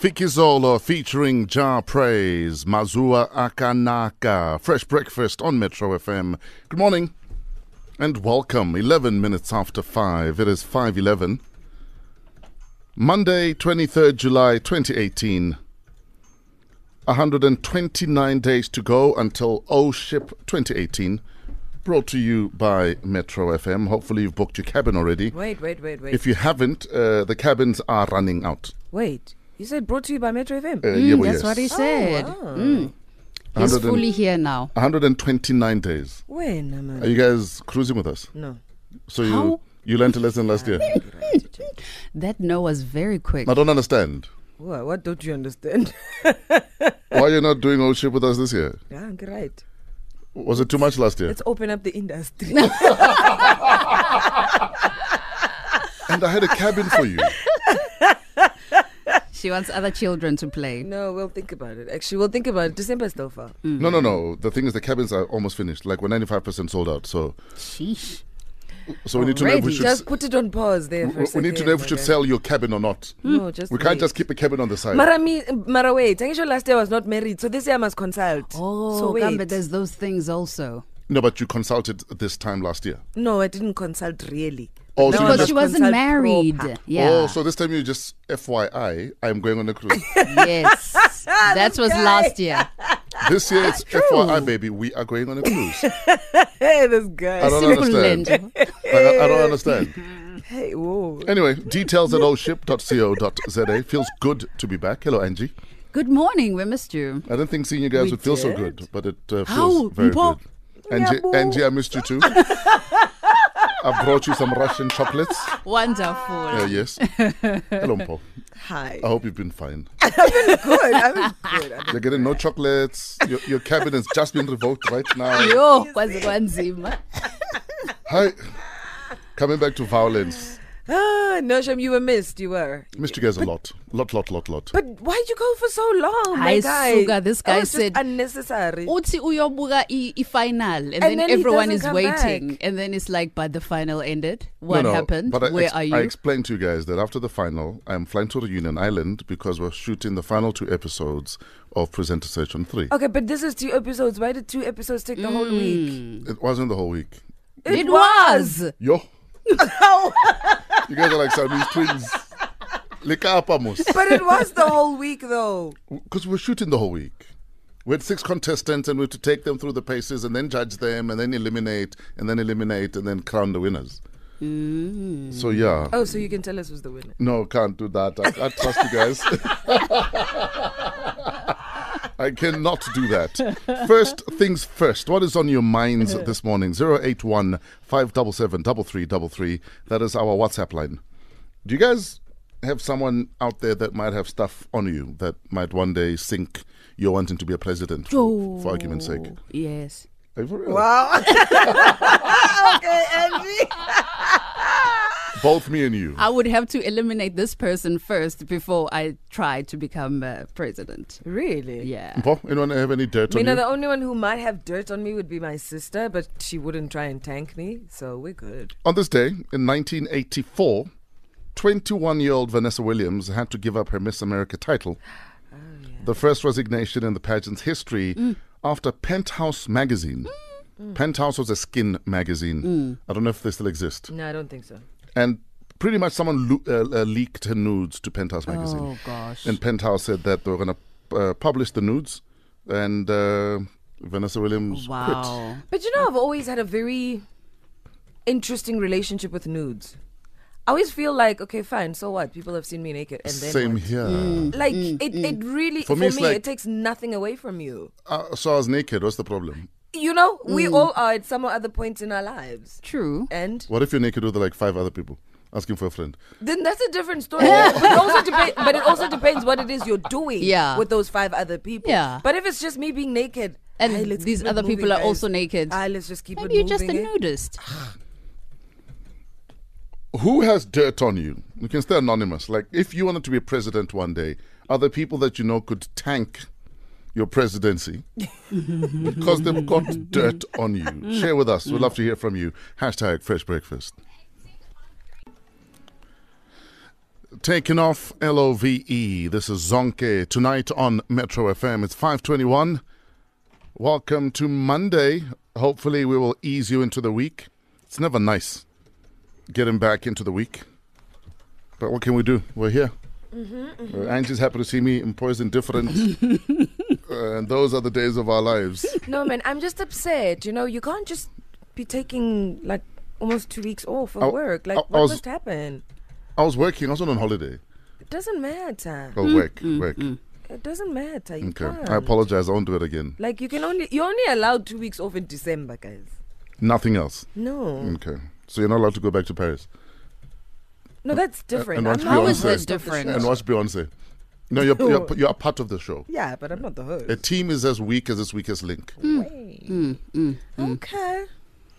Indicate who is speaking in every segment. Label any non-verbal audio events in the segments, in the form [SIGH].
Speaker 1: Mafikizolo featuring Ja Praise, Mazua Akanaka, Fresh Breakfast on Metro FM. Good morning and welcome. 11 minutes after 5. It is 5.11. Monday, 23rd July 2018. 129 days to go until O Ship 2018. Brought to you by Metro FM. Hopefully you've booked your cabin already.
Speaker 2: Wait, wait, wait, wait.
Speaker 1: If you haven't, uh, the cabins are running out.
Speaker 2: wait. You said brought to you by Metro FM.
Speaker 1: Uh, yeah, well,
Speaker 3: Mm, That's
Speaker 1: yes.
Speaker 3: what he said.
Speaker 2: Oh, wow.
Speaker 3: Mm. He's
Speaker 1: 100 and-
Speaker 3: fully here now.
Speaker 1: 129 days.
Speaker 2: When am
Speaker 1: Are
Speaker 2: I?
Speaker 1: you guys cruising with us?
Speaker 2: No.
Speaker 1: So you
Speaker 3: How?
Speaker 1: you learned a lesson last year.
Speaker 3: That no was very quick.
Speaker 1: I don't understand.
Speaker 2: What, what don't you understand? [LAUGHS]
Speaker 1: Why are you not doing old ship with us this year?
Speaker 2: yeah, you're right.
Speaker 1: Was it too much last year?
Speaker 2: Ah, Let's open up the industry.
Speaker 1: And I had a cabin for you.
Speaker 3: She wants other children to
Speaker 2: [LAUGHS]
Speaker 3: play.
Speaker 2: no, we'll think about it. Actually, we'll think about it. December's still far.
Speaker 1: No, no, no. The thing is, the cabins are almost finished. Like we're 95% sold out. So,
Speaker 3: Sheesh.
Speaker 1: so we need to know if we
Speaker 3: Already?
Speaker 1: should.
Speaker 2: Just
Speaker 1: s-
Speaker 2: put it on pause there for
Speaker 1: we,
Speaker 2: a
Speaker 1: we
Speaker 2: second.
Speaker 1: need to know if we
Speaker 2: my
Speaker 1: should
Speaker 2: guy.
Speaker 1: sell your cabin or not.
Speaker 3: Hmm.
Speaker 2: No, just
Speaker 1: We can't
Speaker 2: wait.
Speaker 1: just keep a cabin on the side.
Speaker 2: Mara, me, Mara, wait. I'm sure last year I was not married, so this year I must consult. so
Speaker 3: Oh, so
Speaker 2: wait.
Speaker 3: there's those things also.
Speaker 1: no, but you consulted this time last year.
Speaker 2: no, I didn't consult really.
Speaker 1: Oh,
Speaker 2: No,
Speaker 1: so you
Speaker 2: but
Speaker 3: Because
Speaker 1: just-
Speaker 3: she wasn't
Speaker 2: consult
Speaker 3: married.
Speaker 2: proper.
Speaker 3: Yeah.
Speaker 1: Oh, so this time you just FYI, I'm going on a cruise.
Speaker 3: [LAUGHS]
Speaker 2: [LAUGHS]
Speaker 3: yes. that was last year.
Speaker 1: this year it's FYI, baby. We are going on a
Speaker 3: [LAUGHS]
Speaker 1: cruise.
Speaker 2: Hey, this guy.
Speaker 1: I don't
Speaker 3: Simple
Speaker 1: understand.
Speaker 3: land.
Speaker 1: Like, I, I don't understand.
Speaker 2: Hey, whoa.
Speaker 1: Anyway, details at oldship.co.za. Feels good to be back. Hello, Angie.
Speaker 3: Good morning. We missed you.
Speaker 1: I didn't think seeing you guys
Speaker 2: We
Speaker 1: would feel so
Speaker 2: did.
Speaker 1: good, but it uh, feels
Speaker 3: How?
Speaker 1: very
Speaker 3: Mpo?
Speaker 1: good. Angie,
Speaker 2: Nyabo.
Speaker 1: Angie, I missed you too. I brought you some Russian chocolates.
Speaker 3: Wonderful.
Speaker 1: Uh, yes. Hello, Mpo.
Speaker 2: Hi.
Speaker 1: I hope you've been fine.
Speaker 2: [LAUGHS] Good. I'm good. I'm
Speaker 1: You're getting no chocolates. Your, your cabin has just been revoked right now.
Speaker 3: Yo, kwazi kwanzima.
Speaker 1: Hi. Coming back to violence.
Speaker 2: Ah, no, Shem, you were missed. You were.
Speaker 1: Missed you guys a lot. Lot, lot, lot, lot.
Speaker 2: But why'd you go for so long, my
Speaker 3: Hi,
Speaker 2: guy?
Speaker 3: Suga, this
Speaker 2: That
Speaker 3: guy
Speaker 2: was just
Speaker 3: said- "Oh."
Speaker 2: unnecessary.
Speaker 3: uthi uyobuka i- i-final and, then,
Speaker 2: then he
Speaker 3: everyone
Speaker 2: doesn't
Speaker 3: is
Speaker 2: come
Speaker 3: waiting
Speaker 2: back.
Speaker 3: and then it's like but the final ended
Speaker 1: No,
Speaker 3: what
Speaker 1: no,
Speaker 3: happened
Speaker 1: But I,
Speaker 3: where
Speaker 1: ex-
Speaker 3: are
Speaker 1: I
Speaker 3: you
Speaker 1: explained to you guys that after the final, I'm flying to Reunion Island because we're shooting the final two episodes of Presenter Search on 3.
Speaker 2: Okay, but this is two episodes. Why did two episodes take the
Speaker 3: Mm.
Speaker 2: whole week?
Speaker 1: It wasn't the whole week.
Speaker 3: it was [LAUGHS]
Speaker 1: Yo. you guys are like Siamese twins. Because
Speaker 2: But it was the whole week, though.
Speaker 1: we're shooting the whole week. We had six contestants and we had to take them through the paces and then judge them and then eliminate and then eliminate and then crown the winners.
Speaker 3: Mm.
Speaker 1: So, yeah.
Speaker 2: Oh, so you can tell us who's the winner.
Speaker 1: No, can't do that. I, I trust you guys. I cannot do that. First things first. What is on your minds this morning? 081 577 3333. That is our WhatsApp line. Do you guys have someone out there that might have stuff on you that might one day sink you're wanting to be a president, for, for argument's sake?
Speaker 3: yes
Speaker 1: Are you for real?
Speaker 2: [LAUGHS] Wow. okay, Angie.
Speaker 1: Both me and you.
Speaker 3: i would have to eliminate this person first before i try to become uh, president
Speaker 2: Really?
Speaker 3: yeah
Speaker 1: Mpo, Anyone have any dirt
Speaker 2: Mina,
Speaker 1: on you?
Speaker 2: the only one who might have dirt on me would be my sister, but she wouldn't try and tank me, so we're good.
Speaker 1: On this day in 1984, 21 year old Vanessa Williams had to give up her Miss America title, the first resignation in the pageant's history after Penthouse magazine. Penthouse was a skin magazine.
Speaker 3: Mm.
Speaker 1: I don't know if they still exist.
Speaker 2: No, I don't think so.
Speaker 1: And pretty much someone lo- uh, uh, leaked her nudes to Penthouse magazine.
Speaker 3: oh gosh
Speaker 1: And Penthouse said that they were going to uh, publish the nudes, and uh, Vanessa Williams quit.
Speaker 3: wow
Speaker 2: But you know, I've always had a very interesting relationship with nudes. I always feel like, okay, fine, so what? People have seen me naked, and then
Speaker 1: Same
Speaker 2: what?
Speaker 1: here.
Speaker 3: Mm.
Speaker 2: Like it, it really for,
Speaker 1: For me,
Speaker 2: me,
Speaker 1: it's like-
Speaker 2: it takes nothing away from you.
Speaker 1: Uh, so I was naked. What's the problem?
Speaker 2: You know,
Speaker 3: Mm.
Speaker 2: we all are at some other point in our lives,
Speaker 3: true
Speaker 2: and
Speaker 1: What if you're naked with like five other people asking for a friend?
Speaker 2: then that's a different story. but,
Speaker 3: [LAUGHS]
Speaker 2: it also depends, but it also depends what it is you're doing
Speaker 3: Yeah.
Speaker 2: with those five other people.
Speaker 3: Yeah.
Speaker 2: But if it's just me being naked,
Speaker 3: and
Speaker 2: "Hey, let's
Speaker 3: these
Speaker 2: keep it
Speaker 3: other people
Speaker 2: moving,
Speaker 3: are
Speaker 2: guys.
Speaker 3: also naked
Speaker 2: Ah, let's just keep
Speaker 3: maybe
Speaker 2: it
Speaker 3: you're
Speaker 2: moving.
Speaker 3: just a
Speaker 2: eh?"
Speaker 3: nudist
Speaker 1: Who has dirt on you? You can stay anonymous. Like, if you wanted to be a president one day, are there people that you know could tank your presidency because they've got dirt on you? Share with us. We'd love to hear from you. Hashtag Fresh Breakfast. Taking off L O V E. This is Zonke tonight on Metro FM. It's 521. Welcome to Monday. Hopefully, we will ease you into the week. It's never nice getting back into the week. But what can we do? We're here.
Speaker 3: Mm-hmm,
Speaker 1: Uh, Angie's happy to see me. Empoi's
Speaker 3: [LAUGHS]
Speaker 1: indifferent. uh, and those are the days of our lives.
Speaker 2: No, man, I'm just upset. You know, you can't just be taking like almost two weeks off of
Speaker 1: I-
Speaker 2: work. Like,
Speaker 1: I- I
Speaker 2: what
Speaker 1: was-
Speaker 2: must happen?
Speaker 1: I was working. I was not on holiday.
Speaker 2: It doesn't matter.
Speaker 1: Oh,
Speaker 3: Mm,
Speaker 1: work, work.
Speaker 2: It doesn't matter. You
Speaker 1: Okay.
Speaker 2: can't.
Speaker 1: I apologize. I won't do it again.
Speaker 2: like, you can only you're only allowed two weeks off in December, guys.
Speaker 1: Nothing else.
Speaker 2: No,
Speaker 3: Mm.
Speaker 1: Okay. So you're not allowed to go back to Paris
Speaker 2: no, that's different.
Speaker 1: Uh, and
Speaker 2: I'm
Speaker 1: once
Speaker 2: not
Speaker 3: How
Speaker 1: Beyonce.
Speaker 3: is
Speaker 2: part
Speaker 3: that
Speaker 2: of the show.
Speaker 3: different?
Speaker 1: and watch Beyonce. No, you're, you're,
Speaker 3: [LAUGHS]
Speaker 1: you're a part of the show.
Speaker 2: Yeah, but I'm not the host.
Speaker 1: A team is as weak as its weakest link,
Speaker 2: Way.
Speaker 3: Hmm,
Speaker 1: Mm.
Speaker 2: Okay.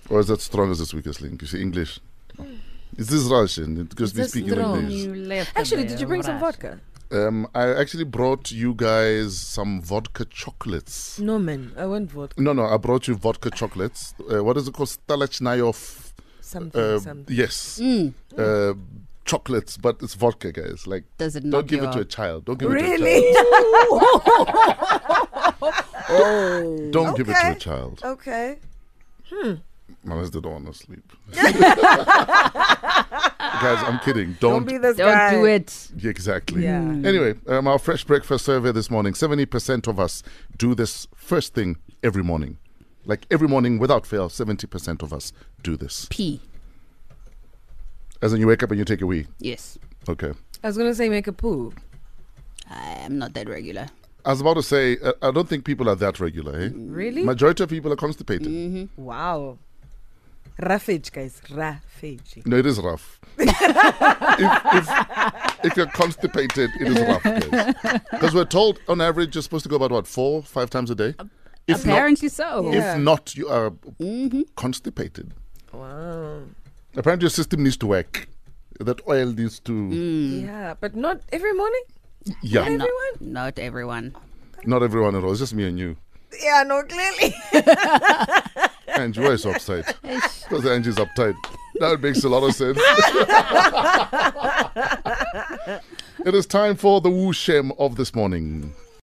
Speaker 1: or is that strong as its weakest link? You see, English.
Speaker 3: Mm.
Speaker 1: Is this Russian? Because we speak English.
Speaker 2: Actually, did you bring some vodka?
Speaker 1: Um, I actually brought you guys some vodka chocolates.
Speaker 2: No, man. I want vodka.
Speaker 1: No, no, I brought you vodka chocolates. Uh, what is it called? Stalachnayov.
Speaker 2: Something.
Speaker 1: Uh,
Speaker 2: something.
Speaker 1: yes.
Speaker 3: Hmm.
Speaker 1: Uh, chocolates, but it's vodka, guys. Like,
Speaker 3: Does it
Speaker 1: don't
Speaker 3: knock
Speaker 1: give
Speaker 3: you
Speaker 1: it to a
Speaker 3: out?
Speaker 1: child. Don't give it to a
Speaker 2: Really?
Speaker 1: child.
Speaker 3: Oh,
Speaker 1: Don't give it to a
Speaker 2: Okay.
Speaker 1: child.
Speaker 2: [LAUGHS] okay.
Speaker 1: Unless they don't want to
Speaker 2: [LAUGHS]
Speaker 1: sleep. Guys, I'm kidding. Don't.
Speaker 2: Don't be this
Speaker 3: don't
Speaker 2: guy.
Speaker 3: do it.
Speaker 1: Yeah, exactly.
Speaker 2: Yeah.
Speaker 1: Anyway, um, our fresh breakfast survey this morning 70% of us do this first thing every morning. Like every morning without fail, 70% of us do this.
Speaker 3: P.
Speaker 1: As in, you wake up and you take a wee.
Speaker 3: Yes.
Speaker 1: Okay.
Speaker 2: I was gonna say make a poo.
Speaker 3: I am not that regular.
Speaker 1: I was about to say, uh, I don't think people are that regular, eh?
Speaker 2: Really?
Speaker 1: Majority of people are constipated.
Speaker 2: Mm. wow. Ravage, guys. Ravage.
Speaker 1: No, it is
Speaker 2: [LAUGHS]
Speaker 1: rough. if, if, if you're constipated, it is rough. Because we're told on average you're supposed to go about what four, five times a day. If not,
Speaker 3: Apparently so.
Speaker 2: Yeah. Mm-hmm.
Speaker 1: if not, you are constipated.
Speaker 2: Wow.
Speaker 1: Apparently, your system needs to work. That oil needs to.
Speaker 2: Mm. Yeah, but not every morning.
Speaker 1: Yeah,
Speaker 3: Not,
Speaker 2: Everyone?
Speaker 3: not everyone.
Speaker 1: not everyone at all. It's just me and you.
Speaker 2: Yeah, no, clearly. [LAUGHS]
Speaker 1: Angie, why is so uptight? Because Angie's uptight. That makes a lot of sense. it is time for the Wu Shem of this morning.